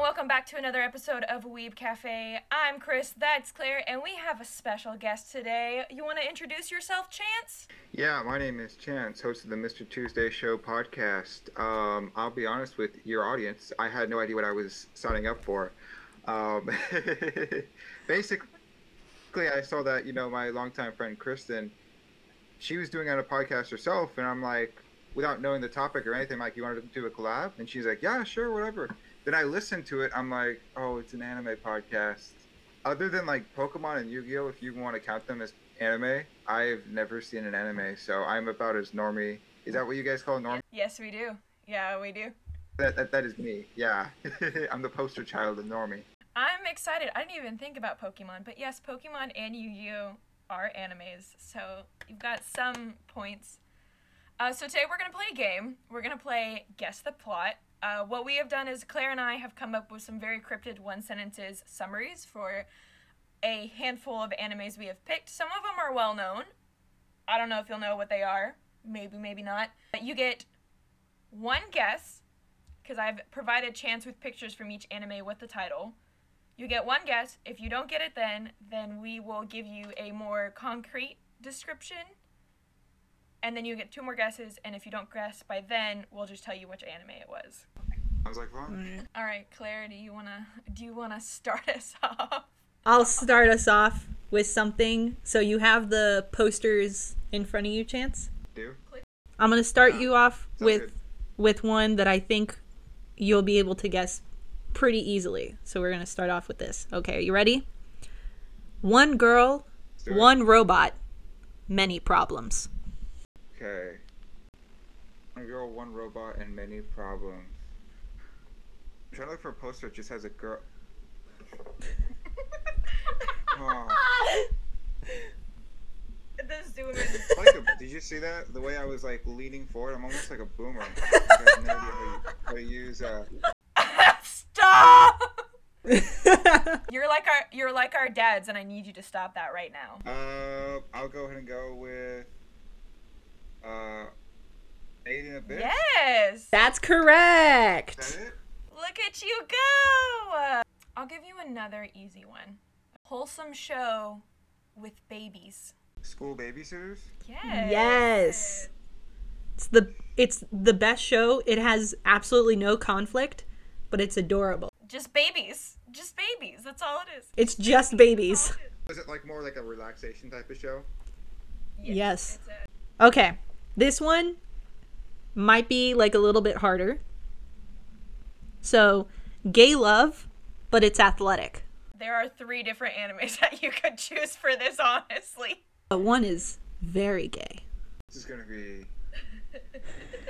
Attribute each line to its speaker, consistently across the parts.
Speaker 1: Welcome back to another episode of Weeb Cafe. I'm Chris, that's Claire, and we have a special guest today. You want to introduce yourself, Chance?
Speaker 2: Yeah, my name is Chance, host of the Mr. Tuesday Show podcast. Um, I'll be honest with your audience, I had no idea what I was signing up for. Um, basically, I saw that, you know, my longtime friend Kristen, she was doing on a podcast herself, and I'm like, without knowing the topic or anything, like, you wanted to do a collab? And she's like, yeah, sure, whatever. Then I listened to it, I'm like, oh, it's an anime podcast. Other than like Pokemon and Yu Gi Oh!, if you want to count them as anime, I've never seen an anime, so I'm about as normie. Is that what you guys call normie?
Speaker 1: Yes, we do. Yeah, we do.
Speaker 2: That, that, that is me, yeah. I'm the poster child of normie.
Speaker 1: I'm excited. I didn't even think about Pokemon, but yes, Pokemon and Yu Gi Oh! are animes, so you've got some points. Uh, so today we're going to play a game. We're going to play Guess the Plot. Uh, what we have done is Claire and I have come up with some very cryptid one sentences summaries for a handful of animes we have picked. Some of them are well known. I don't know if you'll know what they are. Maybe, maybe not. But you get one guess, because I've provided Chance with pictures from each anime with the title. You get one guess. If you don't get it then, then we will give you a more concrete description. And then you get two more guesses, and if you don't guess by then, we'll just tell you which anime it was.
Speaker 2: I was like, well,
Speaker 1: All right, Claire, do you wanna do you wanna start us off?
Speaker 3: I'll start us off with something. So you have the posters in front of you, Chance.
Speaker 2: do.
Speaker 3: I'm gonna start you off
Speaker 2: Sounds
Speaker 3: with
Speaker 2: good.
Speaker 3: with one that I think you'll be able to guess pretty easily. So we're gonna start off with this. Okay, are you ready? One girl,
Speaker 2: do it.
Speaker 3: one robot, many problems.
Speaker 2: Okay. One girl, one robot, and many problems. I'm trying to look for a poster that just has a girl. Oh,
Speaker 1: the zoom in.
Speaker 2: it's like a, did you see that? The way I was like leaning forward, I'm almost like a boomer. I have no idea how you, how to use. Uh,
Speaker 1: stop! You're like our you're like our dads, and I need you to stop that right now.
Speaker 2: uh, I'll go ahead and go with. Uh, eight and a bit.
Speaker 1: Yes.
Speaker 3: That's
Speaker 2: Is
Speaker 3: correct.
Speaker 2: that it?
Speaker 1: Look at you go! I'll give you another easy one. Wholesome show with babies.
Speaker 2: School babysitters.
Speaker 1: Yes.
Speaker 3: Yes. It's the it's the best show. It has absolutely no conflict, but it's adorable.
Speaker 1: Just babies. Just babies. That's all it is.
Speaker 3: It's just babies.
Speaker 2: Was it like more like a relaxation type of show?
Speaker 3: Yes.
Speaker 1: It's a-
Speaker 3: Okay. This one might be like a little bit harder. So, gay love, but it's athletic.
Speaker 1: there are three different animes that you could choose for this, honestly.
Speaker 3: But one is very gay.
Speaker 2: This is gonna be.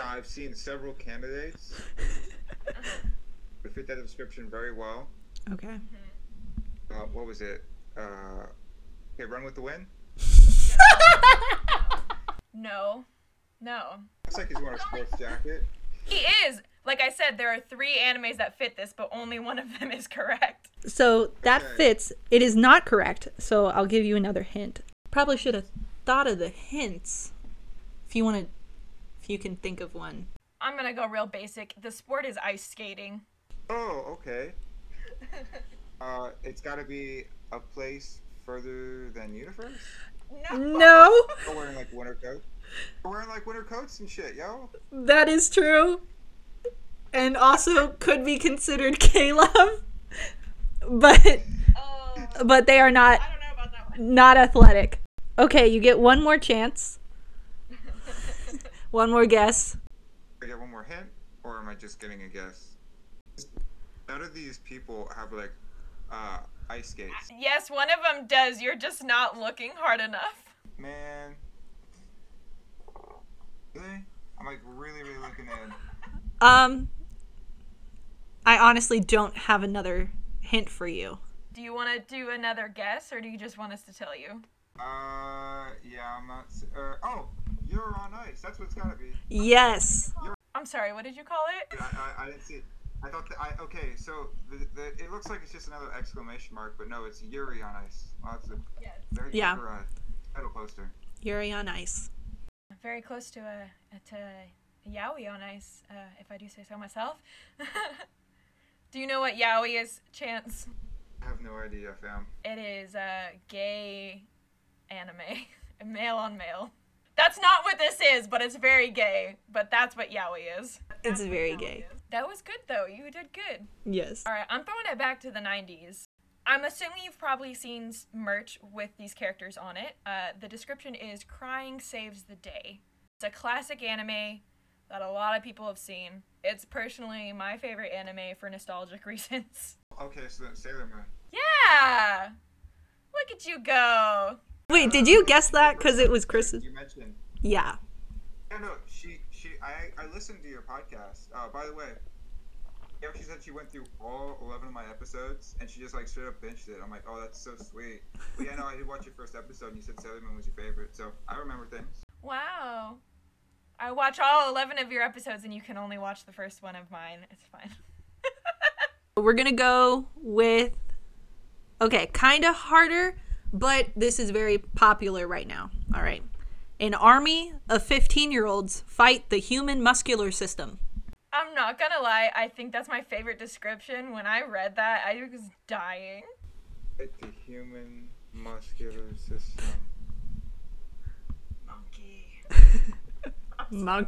Speaker 2: I've seen several candidates who fit that description very well.
Speaker 3: Okay.
Speaker 2: Uh, what was it? Uh, okay, Run with the Wind.
Speaker 1: No. No.
Speaker 2: Looks like he's wearing a sports jacket.
Speaker 1: He is. Like I said, there are three animes that fit this, but only one of them is correct.
Speaker 3: So, that
Speaker 2: Okay.
Speaker 3: fits. It is not correct. So, I'll give you another hint. Probably should have thought of the hints. If you want to if you can think of one.
Speaker 1: I'm gonna go real basic. The sport is ice skating.
Speaker 2: Oh, okay. Uh, it's got to be a place further than universe.
Speaker 3: No.
Speaker 2: We're wearing like winter coats. We're wearing like winter coats and shit, yo.
Speaker 3: That is true. And also could be considered gay love. But
Speaker 1: Oh,
Speaker 3: but they are not
Speaker 1: don't know about that one.
Speaker 3: not athletic. Okay, you get one more chance. one more guess.
Speaker 2: I get one more hint, or am I just getting a guess? None of these people have like uh, ice skates.
Speaker 1: Yes, one of them does. You're just not looking hard enough.
Speaker 2: Man. Really? I'm like really, really looking in.
Speaker 3: Um I honestly don't have another hint for you.
Speaker 1: Do you want to do another guess, or do you just want us to tell you?
Speaker 2: Uh, yeah, I'm not. s- Uh, oh, you're on ice. That's what it's gotta be.
Speaker 3: Yes.
Speaker 1: I'm sorry. What did you call it?
Speaker 2: I, I, I didn't see it. I thought that I okay. So the, the, it looks like it's just another exclamation mark, but no, it's Yuri on ice. Well, that's a
Speaker 1: Yes.
Speaker 2: very
Speaker 3: Yeah.
Speaker 2: clever uh, title poster.
Speaker 3: Yuri on ice.
Speaker 1: Very close to a, a to yaoi on ice, uh, if I do say so myself. Do you know what yaoi is, Chance?
Speaker 2: I have no idea, fam.
Speaker 1: It is a gay anime, male on male. That's not what this is, but it's very gay. But that's what yaoi is.
Speaker 3: It's very gay.
Speaker 1: That was good though. You did good.
Speaker 3: Yes.
Speaker 1: All right, I'm throwing it back to the 90s. I'm assuming you've probably seen s- merch with these characters on it. Uh, the description is Crying Saves the Day. It's a classic anime that a lot of people have seen. It's personally my favorite anime for nostalgic reasons.
Speaker 2: Okay, so then Sailor Moon.
Speaker 1: Yeah! Look at you go!
Speaker 3: Wait, did you guess that? Because it was Chris's.
Speaker 2: You mentioned.
Speaker 3: Yeah.
Speaker 2: Yeah, no, she, she, I, I listened to your podcast. Uh, by the way, yeah, she said she went through all 11 of my episodes and she just like straight up binged it. I'm like, oh, that's so sweet. But yeah, no, I did watch your first episode and you said Sailor Moon was your favorite, so I remember things.
Speaker 1: Wow. I watch all 11 of your episodes and you can only watch the first one of mine. It's fine.
Speaker 3: We're going to go with. Okay, kind of harder, but this is very popular right now. All right. An army of 15 year olds fight the human muscular system.
Speaker 1: I'm not gonna lie, I think that's my favorite description. When I read that, I was dying.
Speaker 2: It's the human muscular system.
Speaker 1: Monkey.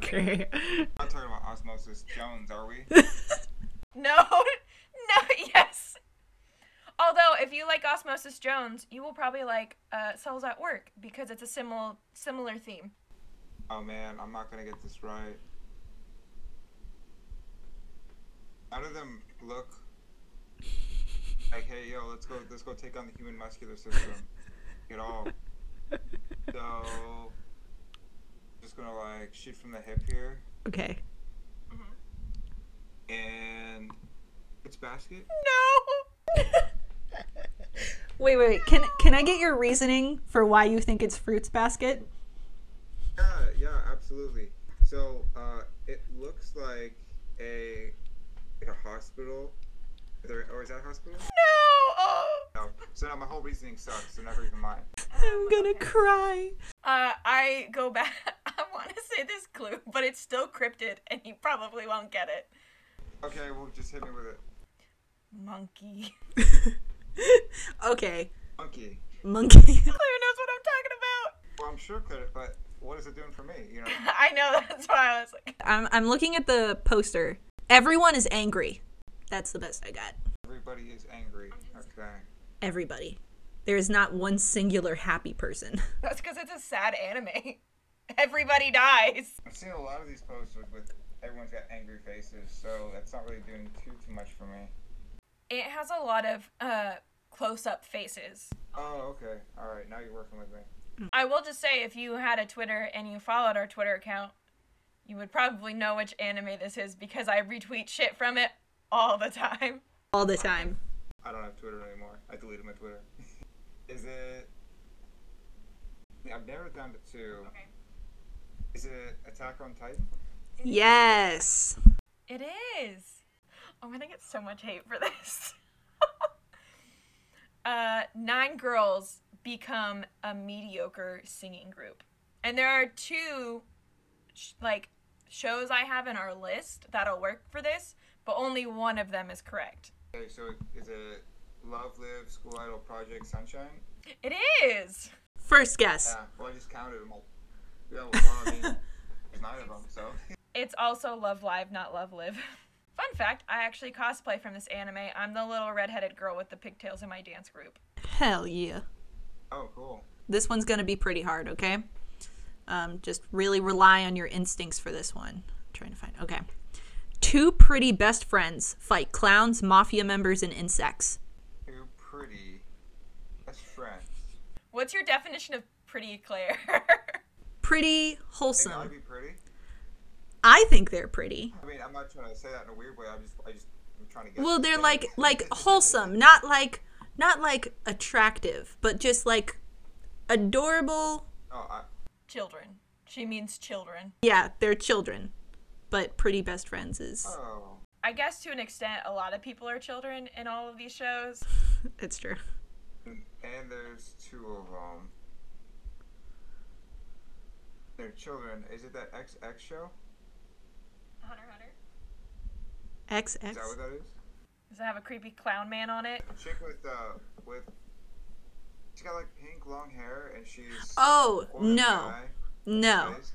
Speaker 3: Okay.
Speaker 2: I'm not talking about Osmosis Jones, are we?
Speaker 1: No, no, yes. Although, if you like Osmosis Jones, you will probably like uh, Cells at Work because it's a similar similar theme.
Speaker 2: Oh man, I'm not gonna get this right. None of them look like, hey, yo, let's go, let's go take on the human muscular system at all. So, just gonna like shoot from the hip here,
Speaker 3: okay.
Speaker 2: and it's basket.
Speaker 1: No.
Speaker 3: Wait, wait, wait. Can, can I get your reasoning for why you think it's Fruits Basket?
Speaker 2: Yeah, yeah, absolutely. So uh, it looks like a like a hospital. Is there, or is that a hospital?
Speaker 1: no. Oh.
Speaker 2: No. So now my whole reasoning sucks. So never even mind.
Speaker 3: I'm gonna cry.
Speaker 1: Uh, I go back. I want to say this clue, but it's still cryptid, and you probably won't get it.
Speaker 2: Okay, well, just hit me with it.
Speaker 1: Monkey.
Speaker 3: Okay.
Speaker 2: Monkey.
Speaker 3: Monkey.
Speaker 1: Claire knows what I'm talking about.
Speaker 2: Well, I'm sure could it, but what is it doing for me? You know,
Speaker 1: I know that's why I was like,
Speaker 3: I'm, I'm looking at the poster. Everyone is angry. That's the best I got.
Speaker 2: everybody is angry. Okay.
Speaker 3: Everybody. There is not one singular happy person.
Speaker 1: that's because it's a sad anime. Everybody dies.
Speaker 2: I'm seeing a lot of these posters with everyone's got angry faces, so that's not really doing too too much for me.
Speaker 1: It has a lot of uh close-up faces.
Speaker 2: Oh, okay. All right, now you're working with me.
Speaker 1: I will just say, if you had a Twitter and you followed our Twitter account, you would probably know which anime this is because I retweet shit from it all the time.
Speaker 3: All the time.
Speaker 2: I don't have Twitter anymore. I deleted my Twitter. is it? I've narrowed it down to two.
Speaker 1: Okay.
Speaker 2: Is it Attack on Titan?
Speaker 3: Yes.
Speaker 1: It is. Oh, I'm gonna get so much hate for this. uh, nine girls become a mediocre singing group, and there are two, sh- like, shows I have in our list that'll work for this, but only one of them is correct.
Speaker 2: Okay, so is it Love Live School Idol Project Sunshine?
Speaker 1: It is.
Speaker 3: First guess.
Speaker 2: Yeah, well, I just counted them all. Yeah, well, well, I mean, there's nine of them, so.
Speaker 1: It's also Love Live, not Love Live. Fun fact: I actually cosplay from this anime. I'm the little redheaded girl with the pigtails in my dance group.
Speaker 3: Hell yeah.
Speaker 2: Oh, cool.
Speaker 3: This one's gonna be pretty hard, okay? Um, just really rely on your instincts for this one. I'm trying to find. Okay. Two pretty best friends fight clowns, mafia members, and insects.
Speaker 2: Two pretty best friends.
Speaker 1: What's your definition of pretty, Claire?
Speaker 3: Pretty
Speaker 2: They gotta
Speaker 3: wholesome.
Speaker 2: be pretty.
Speaker 3: I think they're pretty.
Speaker 2: I mean, I'm not trying to say that in a weird way. I'm just, I just, I'm trying to get.
Speaker 3: Well, they're like like wholesome, not like not like attractive, but just like adorable.
Speaker 2: Oh, I,
Speaker 1: children. She means children.
Speaker 3: Yeah, they're children, but pretty best friends is
Speaker 2: oh.
Speaker 1: I guess to an extent, a lot of people are children in all of these shows.
Speaker 3: it's true.
Speaker 2: And there's two of them. They're children. Is it that XX show?
Speaker 1: Hunter Hunter.
Speaker 3: X
Speaker 2: Is
Speaker 3: X.
Speaker 2: that what that is?
Speaker 1: Does it have a creepy clown man on it?
Speaker 2: Chick with uh with she's got like pink long hair and she's
Speaker 3: Oh,
Speaker 2: older
Speaker 3: no.
Speaker 2: guy,
Speaker 3: No.
Speaker 2: face.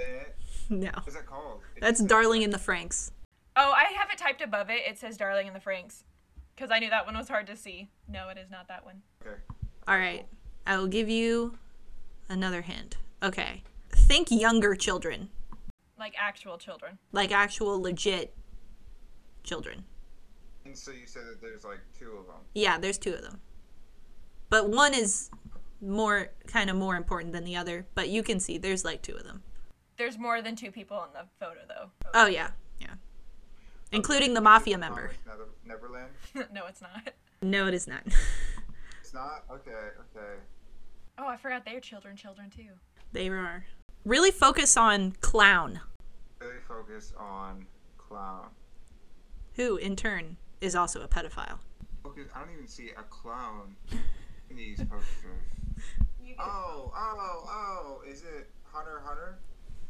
Speaker 2: Eh,
Speaker 3: No.
Speaker 2: What's that called? It's-
Speaker 3: That's Darling in the Franks.
Speaker 1: Oh, I have it typed above it. It says Darling in the Franks. Because I knew that one was hard to see. No, it is not that one.
Speaker 2: okay.
Speaker 3: All right. I will give you another hint. Okay. Think younger children,
Speaker 1: Like actual children.
Speaker 3: like actual legit children.
Speaker 2: And so you said that there's like two of them.
Speaker 3: Yeah, there's two of them. But one is more kind of more important than the other, but you can see there's like two of them.
Speaker 1: There's more than two people in the photo, though.
Speaker 3: Oh yeah. Yeah. Including the mafia member.
Speaker 2: Promised Nether- Neverland.
Speaker 1: no, it's not.
Speaker 3: No, it is not.
Speaker 2: It's not okay. Okay.
Speaker 1: Oh, I forgot they're children, children, too.
Speaker 3: they are. Really focus on clown,
Speaker 2: Really focus on clown.
Speaker 3: who in turn is also a pedophile.
Speaker 2: Focus. I don't even see a clown in these posters. Oh, oh, oh! Is it Hunter x Hunter?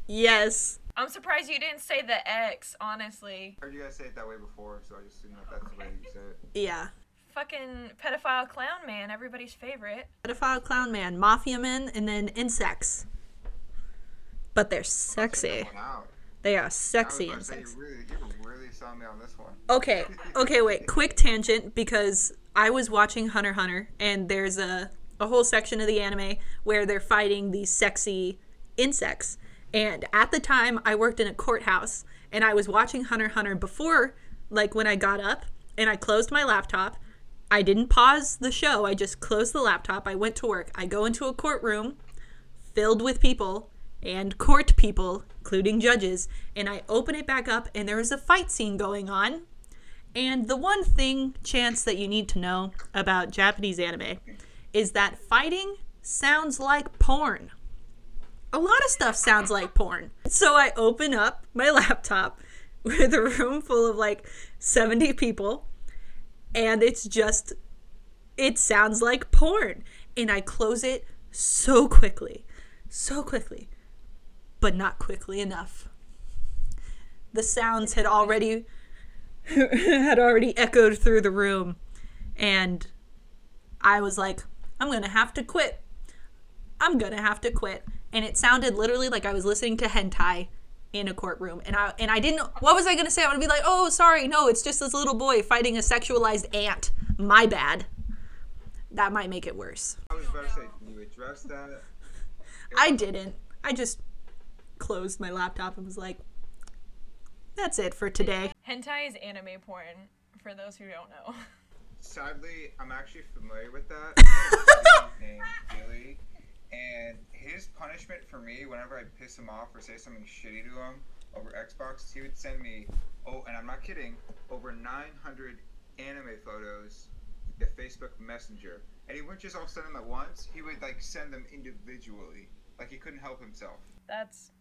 Speaker 3: Yes.
Speaker 1: I'm surprised you didn't say the X, honestly.
Speaker 2: I heard you guys say it that way before, so I just assume that that's the way you say it.
Speaker 3: Yeah.
Speaker 1: Fucking pedophile clown man, everybody's favorite.
Speaker 3: pedophile clown man, mafia men, and then insects. But they're sexy.
Speaker 2: That one out.
Speaker 3: They are
Speaker 2: I was
Speaker 3: sexy
Speaker 2: about to say,
Speaker 3: insects.
Speaker 2: you really, you really saw me on this one.
Speaker 3: Okay, okay, wait. Quick tangent because I was watching Hunter x Hunter, and there's a a whole section of the anime where they're fighting these sexy insects. And at the time, I worked in a courthouse, and I was watching Hunter x Hunter before, like when I got up and I closed my laptop. I didn't pause the show. I just closed the laptop. I went to work. I go into a courtroom filled with people and court people, including judges, and I open it back up and there is a fight scene going on. And the one thing, chance, that you need to know about Japanese anime is that fighting sounds like porn. A lot of stuff sounds like porn. So I open up my laptop with a room full of like 70 people, and it's just it sounds like porn. And I close it so quickly, so quickly, but not quickly enough. The sounds had already had already echoed through the room, and I was like, "I'm gonna have to quit. I'm gonna have to quit." And it sounded literally like I was listening to hentai in a courtroom, and I and I didn't. What was I gonna say? I would be like, "Oh, sorry, no, it's just this little boy fighting a sexualized ant. My bad." that might make it worse.
Speaker 2: I was about to say, can you address that?
Speaker 3: I didn't. I just closed my laptop and was like, that's it for today.
Speaker 1: Hentai is anime porn, for those who don't know.
Speaker 2: Sadly, I'm actually familiar with that. There's a dude named Billy, and his punishment for me, whenever I piss him off or say something shitty to him over Xbox, he would send me, oh, and I'm not kidding, over 900 anime photos to Facebook Messenger. And he wouldn't just all send them at once. He would like send them individually, like he couldn't help himself.
Speaker 1: That's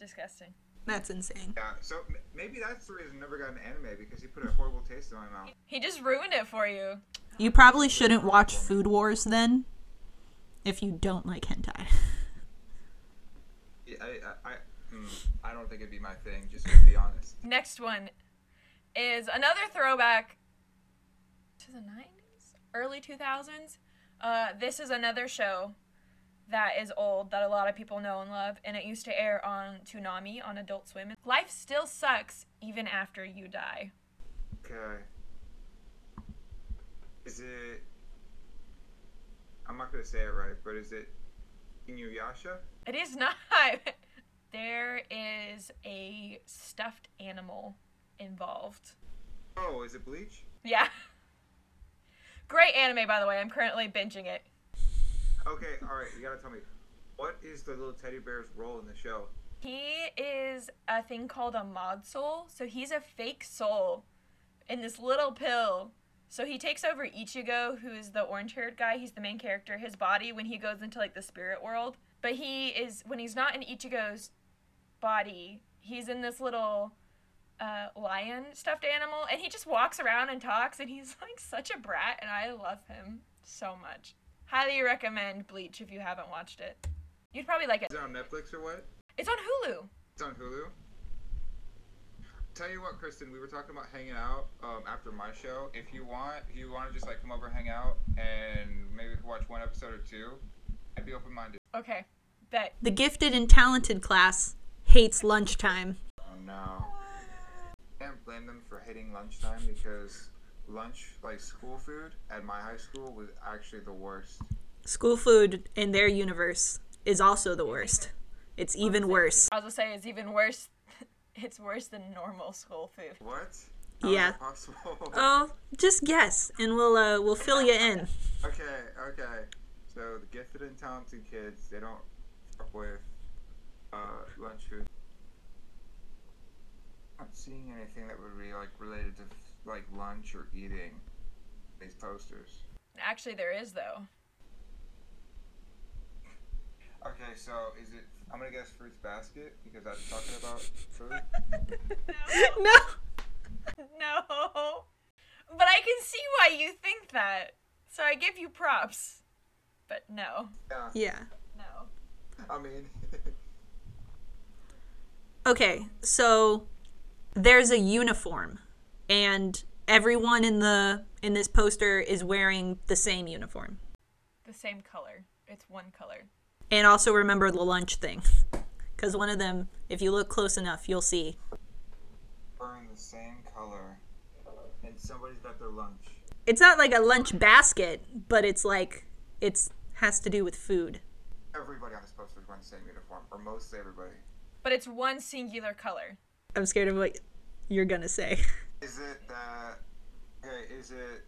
Speaker 1: disgusting.
Speaker 3: That's insane.
Speaker 2: Yeah. So m- maybe that's the reason I never got an anime because he put a horrible taste in my mouth.
Speaker 1: He just ruined it for you.
Speaker 3: You probably shouldn't watch Food Wars then if you don't like hentai.
Speaker 2: Yeah, I, I, I, mm, I don't think it'd be my thing. Just to be honest.
Speaker 1: Next one is another throwback to the 90s, early 2000s. Uh, this is another show that is old that a lot of people know and love, and it used to air on Toonami on Adult Swim. Life still sucks even after you die.
Speaker 2: Okay. Is it? I'm not gonna say it right, but is it Inuyasha?
Speaker 1: It is not. there is a stuffed animal involved.
Speaker 2: Oh, is it Bleach?
Speaker 1: Yeah. Great anime, by the way. I'm currently binging it.
Speaker 2: Okay, all right. You gotta tell me, what is the little teddy bear's role in the show?
Speaker 1: He is a thing called a mod soul. So he's a fake soul in this little pill. So he takes over Ichigo, who is the orange haired guy. He's the main character. His body, when he goes into like the spirit world, but he is, when he's not in Ichigo's body, he's in this little uh, lion stuffed animal and he just walks around and talks and he's like such a brat and I love him so much. Highly recommend Bleach if you haven't watched it. You'd probably like it.
Speaker 2: Is it on Netflix or what?
Speaker 1: It's on Hulu.
Speaker 2: It's on Hulu. Tell you what, Kristen, we were talking about hanging out um, after my show. If you want, if you want to just like come over, hang out, and maybe watch one episode or two, I'd be open minded.
Speaker 1: Okay, bet.
Speaker 3: The gifted and talented class hates lunchtime.
Speaker 2: Oh no. Can't blame them for hating lunchtime because lunch, like school food, at my high school was actually the worst.
Speaker 3: School food in their universe is also the worst. It's even worse.
Speaker 1: I was gonna say it's even worse. It's worse than normal school food.
Speaker 2: What? How is
Speaker 3: Yeah.
Speaker 2: that Possible.
Speaker 3: Oh, just guess, and we'll uh, we'll fill you in.
Speaker 2: Okay, okay. So the gifted and talented kids, they don't fuck with uh, lunch food. Not seeing anything that would be like related to like lunch or eating these posters.
Speaker 1: Actually, there is though.
Speaker 2: Okay, so is it? I'm gonna guess fruits basket because that's talking about fruit.
Speaker 3: No.
Speaker 1: No. But I can see why you think that. So I give you props. But no.
Speaker 2: Yeah,
Speaker 3: Yeah.
Speaker 1: No.
Speaker 2: I mean,
Speaker 3: Okay, so there's a uniform, and everyone in the in this poster is wearing the same uniform.
Speaker 1: The same color. It's one color.
Speaker 3: And also remember the lunch thing, because one of them, if you look close enough, you'll see.
Speaker 2: wearing the same color, and somebody's got their lunch.
Speaker 3: It's not like a lunch basket, but it's like it's has to do with food.
Speaker 2: Everybody on this poster is wearing the same uniform, or mostly everybody.
Speaker 1: But it's one singular color.
Speaker 3: I'm scared of what you're gonna say.
Speaker 2: Is it that? Okay, is it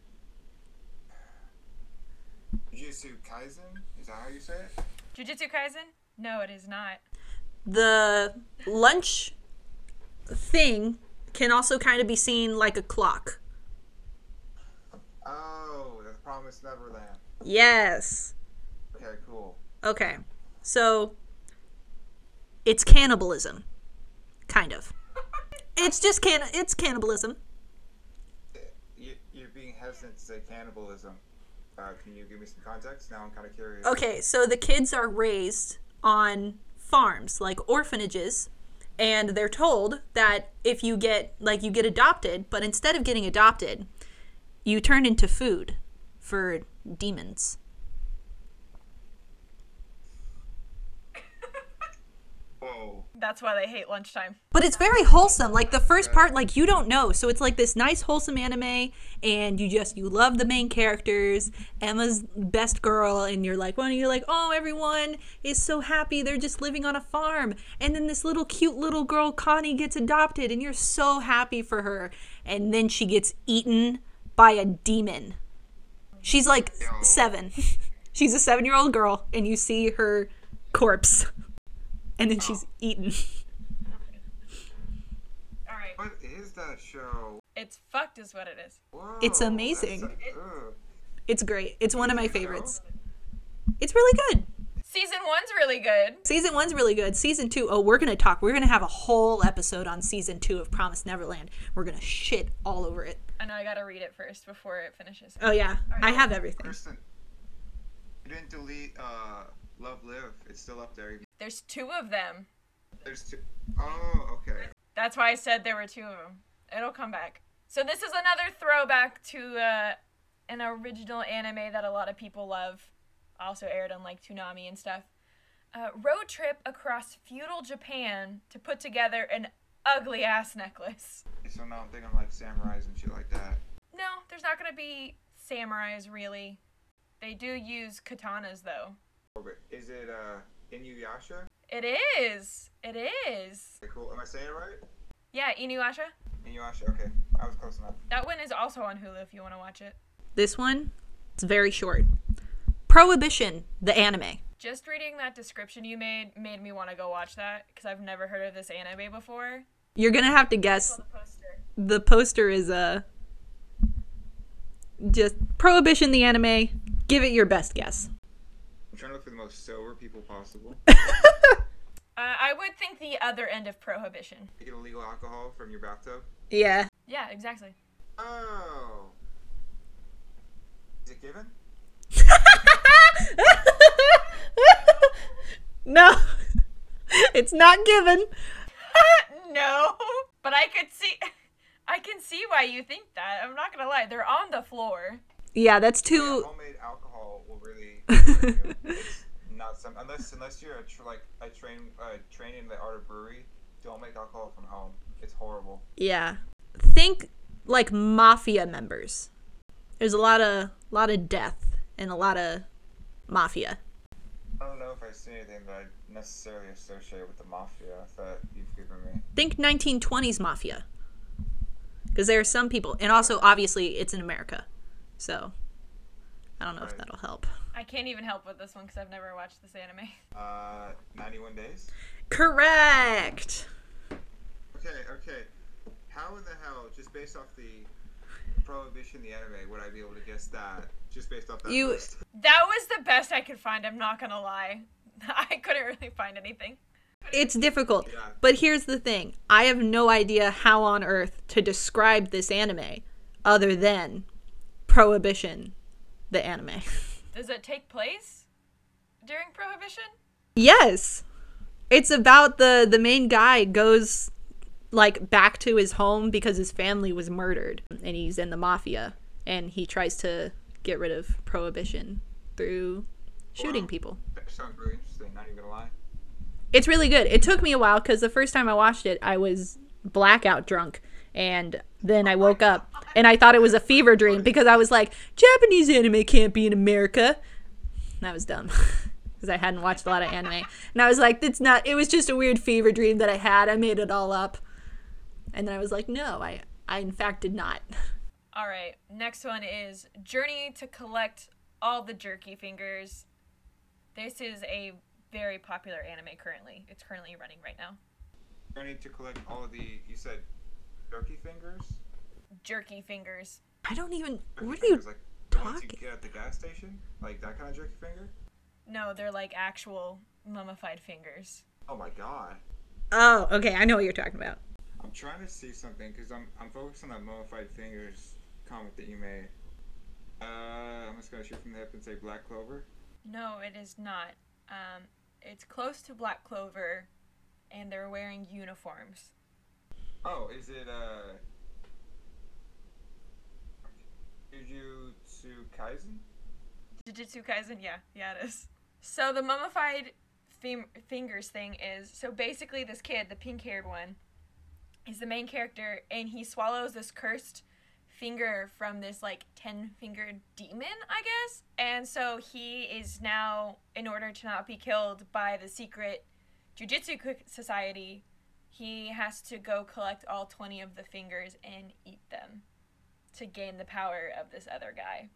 Speaker 2: Jujutsu Kaisen? Is that how you say it?
Speaker 1: Jujutsu Kaisen? No, it is not.
Speaker 3: The lunch thing can also kind of be seen like a clock.
Speaker 2: Oh, the Promised Neverland.
Speaker 3: Yes.
Speaker 2: Okay, cool.
Speaker 3: Okay. So it's cannibalism kind of. It's just can it's cannibalism.
Speaker 2: You, you're being hesitant to say cannibalism. Uh, can you give me some context? Now I'm kind of curious.
Speaker 3: Okay, so the kids are raised on farms, like orphanages, and they're told that if you get like you get adopted, but instead of getting adopted, you turn into food for demons.
Speaker 2: Whoa.
Speaker 1: That's why they hate lunchtime.
Speaker 3: But it's very wholesome. Like the first part, like you don't know. So it's like this nice wholesome anime and you just you love the main characters. Emma's best girl and you're like, well, you're like, oh, everyone is so happy. They're just living on a farm. And then this little cute little girl, Connie, gets adopted and you're so happy for her. And then she gets eaten by a demon. She's like
Speaker 2: Yo.
Speaker 3: seven. She's a seven year old girl and you see her corpse. And then she's eaten.
Speaker 1: Alright.
Speaker 2: What is that show?
Speaker 1: It's fucked, is what it is.
Speaker 2: Whoa,
Speaker 3: It's
Speaker 2: that's
Speaker 3: amazing.
Speaker 2: a- ugh.
Speaker 3: It's great. It's one of my favorites. It's really good.
Speaker 1: Season one's really good.
Speaker 3: Season one's really good. Season two, oh, we're going to talk. We're going to have a whole episode on season two of Promised Neverland. We're going to shit all over it.
Speaker 1: I know I gotta read it first before it finishes.
Speaker 3: Oh, yeah. I have everything.
Speaker 2: Kristen, you didn't delete uh, Love Live. It's still up there.
Speaker 1: There's two of them.
Speaker 2: There's two. Oh, okay.
Speaker 1: That's why I said there were two of them. It'll come back. So this is another throwback to uh, an original anime that a lot of people love. Also aired on like Toonami and stuff. Uh, road trip across feudal Japan to put together an ugly ass necklace.
Speaker 2: So now I'm thinking like samurais and shit like that.
Speaker 1: No, there's not gonna be samurais really. They do use katanas though.
Speaker 2: Oh, but is it uh Inuyasha?
Speaker 1: It is. It is.
Speaker 2: Okay, cool. Am I saying it right?
Speaker 1: Yeah, Inuyasha.
Speaker 2: Inuyasha. Okay, I was close enough.
Speaker 1: That one is also on Hulu if you want to watch it.
Speaker 3: This one, it's very short. Prohibition, the anime.
Speaker 1: Just reading that description you made made me want to go watch that because I've never heard of this anime before.
Speaker 3: You're going to have to guess.
Speaker 1: The poster.
Speaker 3: The poster is a. Uh, just Prohibition, the anime. Give it your best guess.
Speaker 2: I'm trying to look for the most sober people possible.
Speaker 1: Uh, I would think the other end of prohibition.
Speaker 2: Get illegal alcohol from your bathtub.
Speaker 3: Yeah.
Speaker 1: Yeah, exactly.
Speaker 2: Oh. Is it given?
Speaker 3: no, it's not given.
Speaker 1: No, but I I could see. I can see why you think that. I'm not gonna lie. They're on the floor.
Speaker 3: Yeah, that's too.
Speaker 2: homemade alcohol will really. it's not some unless unless you're a tr- like a train uh, trained in the art of brewery. Don't make alcohol from home. It's horrible.
Speaker 3: Yeah. Think like mafia members. There's a lot of lot of death and a lot of mafia.
Speaker 2: I don't know if I see anything that I necessarily associate with the mafia that you've given me.
Speaker 3: Think 1920s mafia. Cuz there are some people and also obviously it's in America. So I don't know if
Speaker 2: Right.
Speaker 3: that'll help.
Speaker 1: I can't even help with this one because I've never watched this anime.
Speaker 2: Uh, 91 days.
Speaker 3: Correct.
Speaker 2: Okay, okay. How in the hell, just based off the prohibition, the anime, would I be able to guess that? Just based off that.
Speaker 3: You-
Speaker 2: first?
Speaker 1: That was the best I could find. I'm not gonna lie. I couldn't really find anything.
Speaker 3: It's difficult.
Speaker 2: Yeah.
Speaker 3: But here's the thing. I have no idea how on earth to describe this anime other than prohibition the anime.
Speaker 1: Does it take place during Prohibition?
Speaker 3: Yes. It's about the the main guy goes like back to his home because his family was murdered and he's in the mafia and he tries to get rid of prohibition through shooting
Speaker 2: Wow.
Speaker 3: people.
Speaker 2: That sounds really interesting, not even gonna lie.
Speaker 3: It's really good. It took me a while cuz the first time I watched it I was blackout drunk and then I woke up and I thought it was a fever dream because I was like Japanese anime can't be in America. That was dumb because I hadn't watched a lot of anime. And I was like, it's not, it was just a weird fever dream that I had. I made it all up. And then I was like, no, I, I in fact did not.
Speaker 1: All right. Next one is Journey to Collect All the Jerky Fingers. This is a very popular anime currently. It's currently running right now.
Speaker 2: I need to collect all of the. You said jerky fingers?
Speaker 1: Jerky Fingers.
Speaker 3: I don't even,
Speaker 2: Jerky
Speaker 3: what are you,
Speaker 2: fingers, like the ones you
Speaker 3: talking-
Speaker 2: get at the gas station? Like that kind of jerky finger?
Speaker 1: No, they're like actual mummified fingers.
Speaker 2: Oh my god.
Speaker 3: oh, okay, I know what you're talking about.
Speaker 2: I'm trying to see something because I'm, I'm focused on that mummified fingers comment that you made. Uh, I'm just gonna shoot from the hip and say Black Clover.
Speaker 1: No, it is not. Um, it's close to Black Clover, and they're wearing uniforms.
Speaker 2: Oh, is it uh Jujutsu Kaisen?
Speaker 1: Jujutsu Kaisen, yeah, yeah, it is. So the mummified fem- fingers thing is so basically this kid, the pink-haired one, is the main character, and he swallows this cursed finger from this like ten-fingered demon, I guess. And so he is now, in order to not be killed by the secret Jujutsu Cu- Society, he has to go collect all twenty of the fingers and eat them to gain the power of this other guy.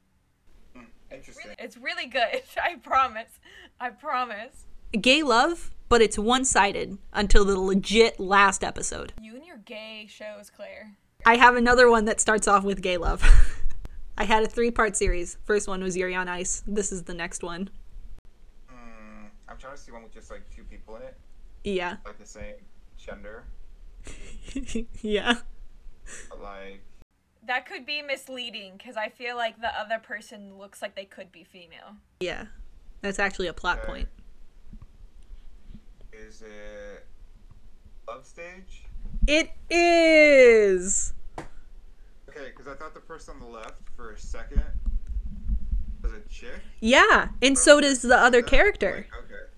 Speaker 2: Interesting.
Speaker 1: It's really good. I promise. I promise.
Speaker 3: Gay love, but it's one sided until the legit last episode.
Speaker 1: You and your gay shows, Claire.
Speaker 3: I have another one that starts off with gay love. I had a three part series. First one was Yuri on Ice. This is the next one.
Speaker 2: Mm, I'm trying to see one with just like two people in it,
Speaker 3: Yeah.
Speaker 2: like the same gender,
Speaker 3: yeah.
Speaker 2: but like
Speaker 1: That could be misleading because I feel like the other person looks like they could be female.
Speaker 3: Yeah. That's actually a plot
Speaker 2: Okay.
Speaker 3: point.
Speaker 2: is it Love Stage?
Speaker 3: It is.
Speaker 2: Okay, because I thought the person on the left for a second was a chick.
Speaker 3: Yeah. And so does the other
Speaker 2: That-
Speaker 3: character.
Speaker 2: like, okay.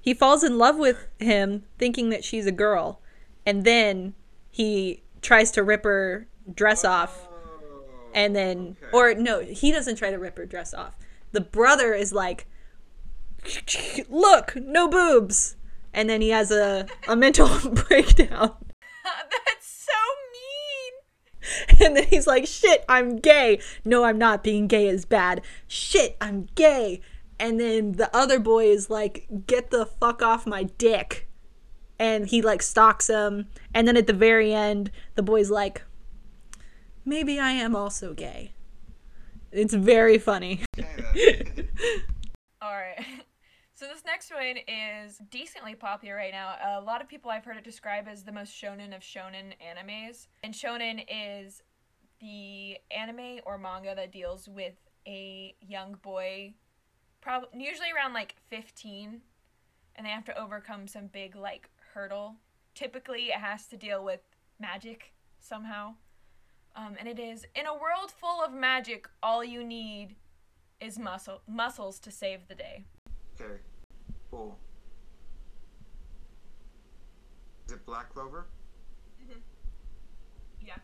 Speaker 3: He falls in love with him thinking that she's a girl. And then he tries to rip her dress off.
Speaker 2: Oh,
Speaker 3: And then,
Speaker 2: okay.
Speaker 3: or no, he doesn't try to rip her dress off. The brother is like, look, no boobs. And then he has a, a mental breakdown.
Speaker 1: That's so mean.
Speaker 3: And then he's like, shit, I'm gay. No, I'm not. Being gay is bad. Shit, I'm gay. And then the other boy is like, get the fuck off my dick. And he like stalks him. And then at the very end, the boy's like, maybe I am also gay. It's very funny.
Speaker 2: Okay, then.
Speaker 1: All right. So this next one is decently popular right now. A lot of people I've heard it described as the most shonen of shonen animes. And shonen is the anime or manga that deals with a young boy, prob- usually around like 15, and they have to overcome some big like hurdle. Typically, it has to deal with magic somehow. Um, and it is in a world full of magic, all you need is muscle muscles to save the day.
Speaker 2: Okay. Cool. Is it Black Clover?
Speaker 1: Yeah.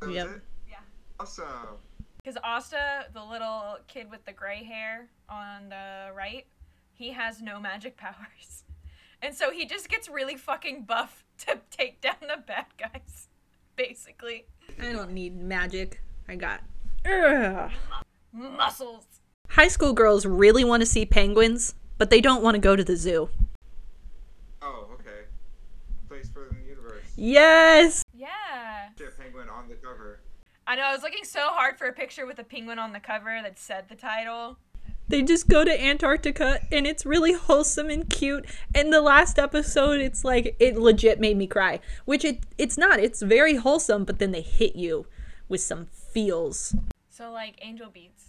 Speaker 2: That was
Speaker 3: Yep.
Speaker 2: it?
Speaker 1: Yeah.
Speaker 2: Awesome.
Speaker 1: Because Asta, the little kid with the gray hair on the right, he has no magic powers. And so he just gets really fucking buff to take down the bad guys, basically.
Speaker 3: I don't need magic. I got. Ugh.
Speaker 1: Muscles!
Speaker 3: High school girls really want to see penguins, but they don't want to go to the zoo.
Speaker 2: Oh, okay. Place further in the universe.
Speaker 3: Yes!
Speaker 1: Yeah.
Speaker 2: Shit, penguin on the cover.
Speaker 1: I know, I was looking so hard for a picture with a penguin on the cover that said the title.
Speaker 3: They just go to Antarctica and it's really wholesome and cute. And the last episode, it's like, it legit made me cry, which it, it's not. It's very wholesome, but then they hit you with some feels.
Speaker 1: So, like, Angel Beats.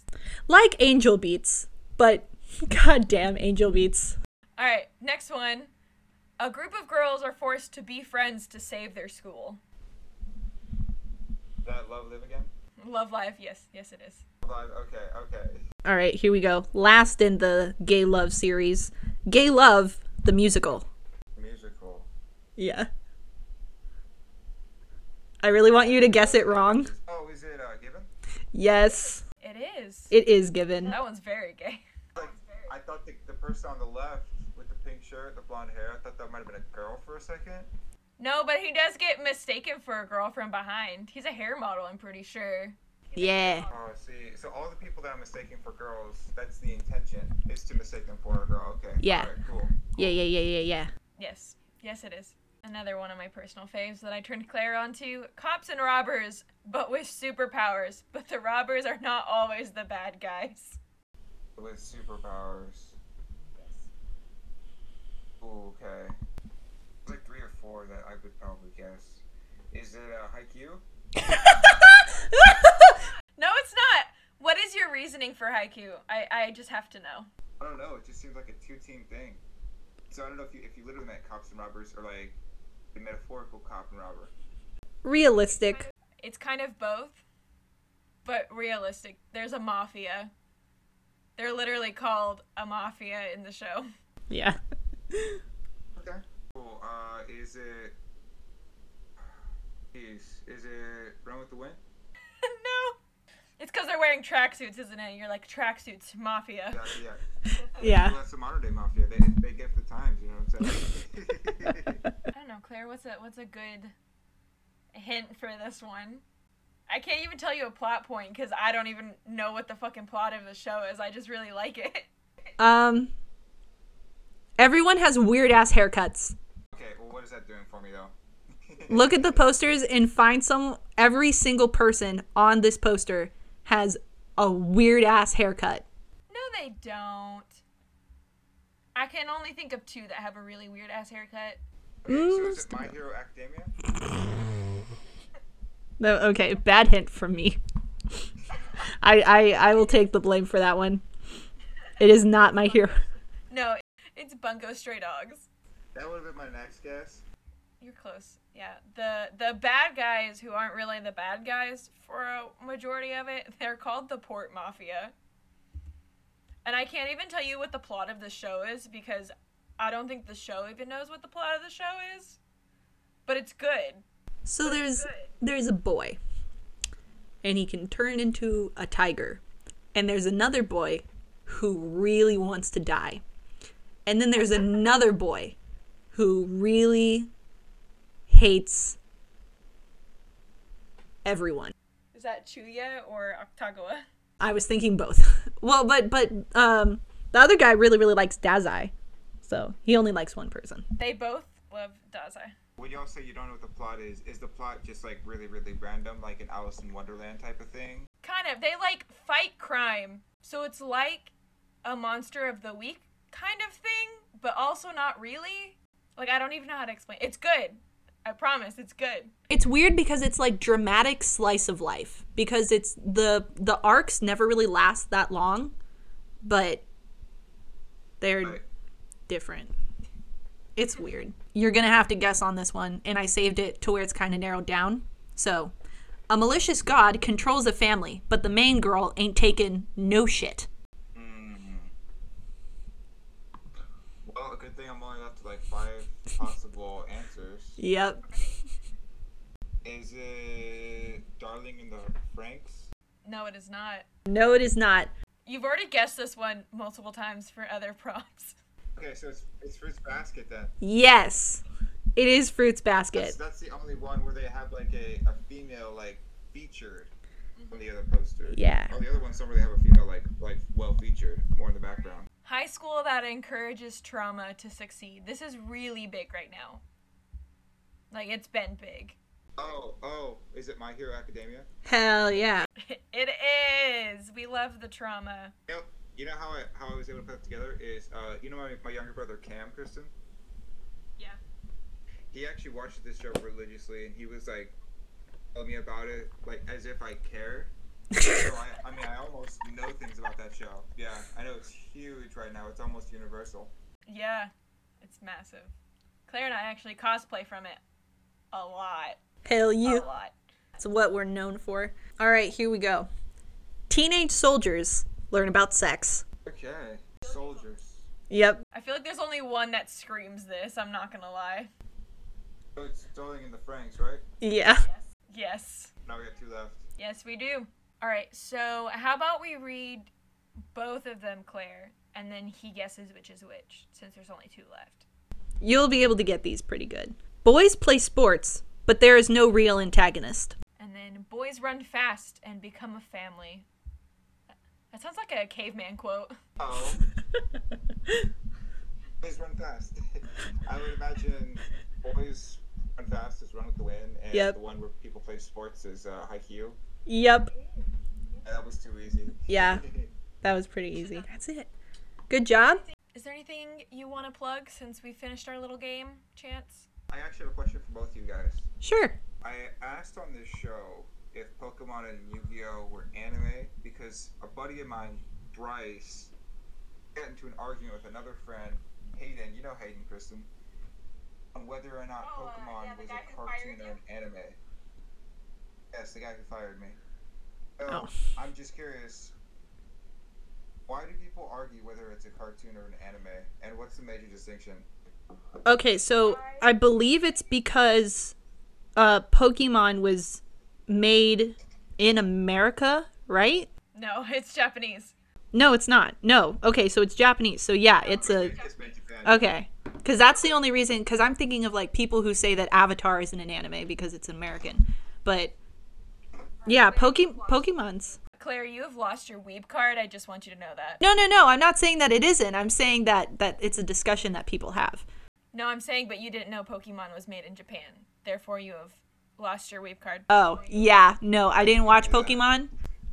Speaker 3: Like Angel Beats, but goddamn Angel Beats.
Speaker 1: All right, next one. A group of girls are forced to be friends to save their school.
Speaker 2: Is That Love Live Again?
Speaker 1: Love Live, yes, yes, it is.
Speaker 2: Live, okay, okay.
Speaker 3: All right, here we go. Last in the Gay Love series Gay Love, the musical.
Speaker 2: Musical.
Speaker 3: Yeah. I really want you to guess it wrong.
Speaker 2: Oh, is it uh, Given?
Speaker 3: Yes,
Speaker 1: It is.
Speaker 3: it is given.
Speaker 1: That one's very gay.
Speaker 2: Like, I thought the, the person on the left with the pink shirt, the blonde hair, I thought that might have been a girl for a second.
Speaker 1: No, but he does get mistaken for a girl from behind. He's a hair model, I'm pretty sure.
Speaker 3: Yeah.
Speaker 2: Oh, I see. So all the people that I'm mistaking for girls, that's the intention, is to mistake them for a girl. Okay.
Speaker 3: Yeah.
Speaker 2: Alright, cool.
Speaker 3: Yeah, yeah, yeah, yeah, yeah.
Speaker 1: Yes. Yes, it is. Another one of my personal faves that I turned Claire onto cops and robbers, but with superpowers. But the robbers are not always the bad guys.
Speaker 2: With superpowers. Ooh, okay. There's like three or four that I would probably guess. Is it uh, Haikyuu?
Speaker 1: No, it's not! What is your reasoning for Haikyuu? I, I just have to know.
Speaker 2: I don't know. It just seems like a two-team thing. So I don't know if you if you literally meant cops and robbers or like the metaphorical cop and robber.
Speaker 3: Realistic.
Speaker 1: It's kind of both, but realistic. There's a mafia. They're literally called a mafia in the show.
Speaker 3: Yeah.
Speaker 2: Okay. Cool. Uh, is it? Is is it Run with the Wind?
Speaker 1: no. It's because they're wearing tracksuits, isn't it? You're like, tracksuits, mafia.
Speaker 2: Yeah. yeah.
Speaker 3: Yeah.
Speaker 2: Well, that's the modern day mafia. They they get the times. You know what I'm saying?
Speaker 1: I don't know, Claire, what's a, what's a good hint for this one? I can't even tell you a plot point because I don't even know what the fucking plot of the show is. I just really like it.
Speaker 3: Um Everyone has weird ass haircuts.
Speaker 2: okay. Well, what is that doing for me though?
Speaker 3: Look at the posters and find some every single person on this poster has a weird ass haircut.
Speaker 1: No, they don't. I can only think of two that have a really weird ass haircut.
Speaker 2: Okay, so is it My Hero Academia?
Speaker 3: No, okay, bad hint from me. I, I I will take the blame for that one. It is not my hero.
Speaker 1: No, it's Bungo Stray Dogs.
Speaker 2: That would have been my next guess.
Speaker 1: You're close. Yeah. The the bad guys who aren't really the bad guys for a majority of it, they're called the Port Mafia. And I can't even tell you what the plot of the show is because I don't think the show even knows what the plot of the show is. But it's good.
Speaker 3: So there's there's a boy, and he can turn into a tiger, and there's another boy who really wants to die, and then there's another boy who really hates everyone.
Speaker 1: Is that Chuya or Octagawa?
Speaker 3: I was thinking both. well, but but um, the other guy really really likes Dazai, so he only likes one person.
Speaker 1: They both love Dazai.
Speaker 2: When y'all say you don't know what the plot is, is the plot just like really, really random, like an Alice in Wonderland type of thing?
Speaker 1: Kind of. They like fight crime. So it's like a monster of the week kind of thing, but also not really. Like I don't even know how to explain. It's good. I promise it's good.
Speaker 3: it's weird because it's like dramatic slice of life because it's the the arcs never really last that long but they're
Speaker 2: Right.
Speaker 3: different It's weird. You're going to have to guess on this one, and I saved it to where it's kind of narrowed down. So, a malicious god controls a family, but the main girl ain't taking no shit.
Speaker 2: Well, a good thing I'm only left with like five possible answers.
Speaker 3: Yep.
Speaker 2: Is it Darling in the Franks?
Speaker 1: No, it is not.
Speaker 3: No, it is not.
Speaker 1: You've already guessed this one multiple times for other prompts.
Speaker 2: Okay, so it's it's Fruits Basket then.
Speaker 3: Yes, it is Fruits
Speaker 2: That's,
Speaker 3: Basket.
Speaker 2: that's the only one where they have like a, a female like featured on the other poster.
Speaker 3: Yeah.
Speaker 2: All the other ones don't really have a female like like well featured, more in the background.
Speaker 1: High school that encourages trauma to succeed. This is really big right now. Like it's been big.
Speaker 2: Oh, oh, is it My Hero Academia?
Speaker 3: Hell yeah.
Speaker 1: It is. We love the trauma.
Speaker 2: You know, you know how I how I was able to put it together is uh, you know my, my younger brother Cam Kristen.
Speaker 1: Yeah.
Speaker 2: he actually watches this show religiously and he was like telling me about it like as if I care. so I, I mean I almost know things about that show. Yeah, I know it's huge right now. It's almost universal.
Speaker 1: Yeah. It's massive. Claire and I actually cosplay from it a lot.
Speaker 3: Hell
Speaker 1: A
Speaker 3: you.
Speaker 1: lot.
Speaker 3: It's what we're known for. All right, here we go. Teenage soldiers learn about sex.
Speaker 2: Okay. Soldiers.
Speaker 3: Yep.
Speaker 1: I feel like there's only one that screams this, I'm not gonna lie.
Speaker 2: So it's Sterling and the Franks, right?
Speaker 3: Yeah.
Speaker 1: Yes.
Speaker 2: Now we got two left.
Speaker 1: Yes, we do. All right, so how about we read both of them, Claire, and then he guesses which is which, since there's only two left.
Speaker 3: You'll be able to get these pretty good. Boys play sports, but there is no real antagonist.
Speaker 1: And then boys run fast and become a family. That sounds like a caveman quote.
Speaker 2: Oh, boys run fast. I would imagine boys run fast is run with the wind, and
Speaker 3: Yep.
Speaker 2: the one where people play sports is uh, Haikyuu.
Speaker 3: yep.
Speaker 2: Yeah, that was too easy.
Speaker 3: Yeah. That was pretty easy. That's it. Good job.
Speaker 1: Is there anything you want to plug since we finished our little game, Chance?
Speaker 2: I actually have a question for both you guys.
Speaker 3: Sure.
Speaker 2: I asked on this show if Pokemon and Yu-Gi-Oh were anime because a buddy of mine, Bryce, got into an argument with another friend, Hayden. You know Hayden, Kristen, on whether or not
Speaker 1: Oh, uh,
Speaker 2: Pokemon
Speaker 1: yeah, the
Speaker 2: was
Speaker 1: guy
Speaker 2: a
Speaker 1: who fired
Speaker 2: cartoon or an anime. Yes, the guy who fired me. So,
Speaker 3: Oh.
Speaker 2: I'm just curious. Why do people argue whether it's a cartoon or an anime, and what's the major distinction?
Speaker 3: Okay, so I believe it's because uh Pokemon was made in America, right?
Speaker 1: No, it's Japanese.
Speaker 3: No, it's not. No. Okay, so it's Japanese. So yeah, it's a
Speaker 2: It's made to fan.
Speaker 3: Okay. Cuz that's the only reason cuz I'm thinking of like people who say that Avatar isn't an anime because it's American. But yeah, Poke- Pokemon's.
Speaker 1: Claire, you have lost your weeb card. I just want you to know that.
Speaker 3: No, no, no. I'm not saying that it isn't. I'm saying that that it's a discussion that people have.
Speaker 1: No, I'm saying, but you didn't know Pokemon was made in Japan. Therefore, you have lost your weeb card.
Speaker 3: Oh, yeah. No, I didn't watch Pokemon.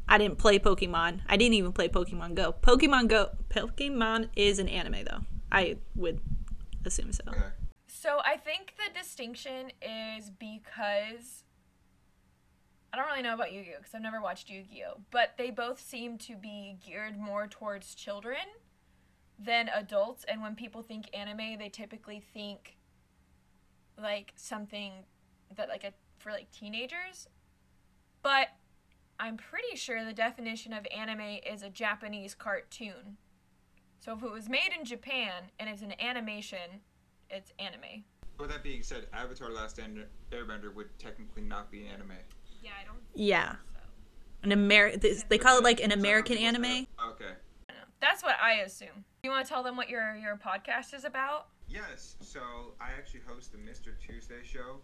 Speaker 3: I didn't play Pokemon. I didn't even play Pokemon Go. Pokemon Go. Pokemon is an anime, though. I would assume so.
Speaker 2: Okay.
Speaker 1: So I think the distinction is because I don't really know about Yu-Gi-Oh because I've never watched Yu-Gi-Oh, but they both seem to be geared more towards children than adults. And when people think anime, they typically think like something that like a for like teenagers. But I'm pretty sure the definition of anime is a Japanese cartoon. So if it was made in Japan and it's an animation, it's anime.
Speaker 2: With that being said, Avatar: Last Air- Airbender would technically not be an anime.
Speaker 1: Yeah, I don't.
Speaker 3: Yeah. An Amer- this- They call it like an American anime.
Speaker 2: Okay.
Speaker 1: I don't know. That's what I assume. You want to tell them what your your podcast is about?
Speaker 2: Yes. So I actually host the Mr. Tuesday show.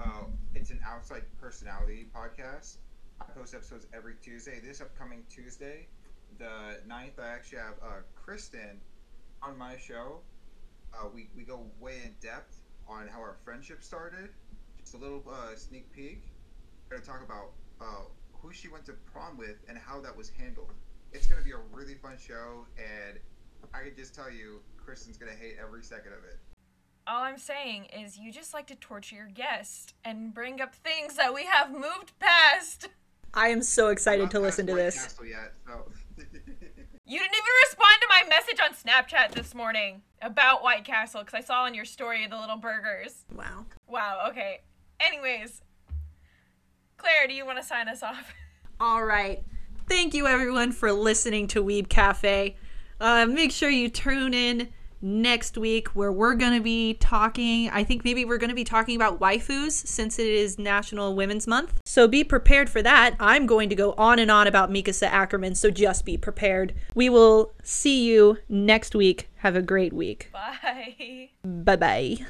Speaker 2: Uh, it's an outside personality podcast. I post episodes every Tuesday. This upcoming Tuesday, the 9th, I actually have uh, Kristen on my show. Uh, we, we go way in depth on how our friendship started. Just a little uh, sneak peek. We're going to talk about uh, who she went to prom with and how that was handled. It's going to be a really fun show, and I can just tell you, Kristen's going to hate every second of it.
Speaker 1: All I'm saying is you just like to torture your guest and bring up things that we have moved past.
Speaker 3: I am so excited
Speaker 2: Not past White Castle yet, so.
Speaker 1: You didn't even respond to my my message on Snapchat this morning about White Castle because I saw on your story the little burgers.
Speaker 3: Wow.
Speaker 1: Wow. Okay. Anyways, Claire, do you want to sign us off?
Speaker 3: All right. Thank you, everyone, for listening to Weeb Cafe. Uh, make sure you tune in next week where we're going to be talking. I think maybe we're going to be talking about waifus since it is National Women's Month. So be prepared for that. I'm going to go on and on about Mikasa Ackerman, so just be prepared. We will see you next week. Have a great week.
Speaker 1: Bye.
Speaker 3: Bye bye.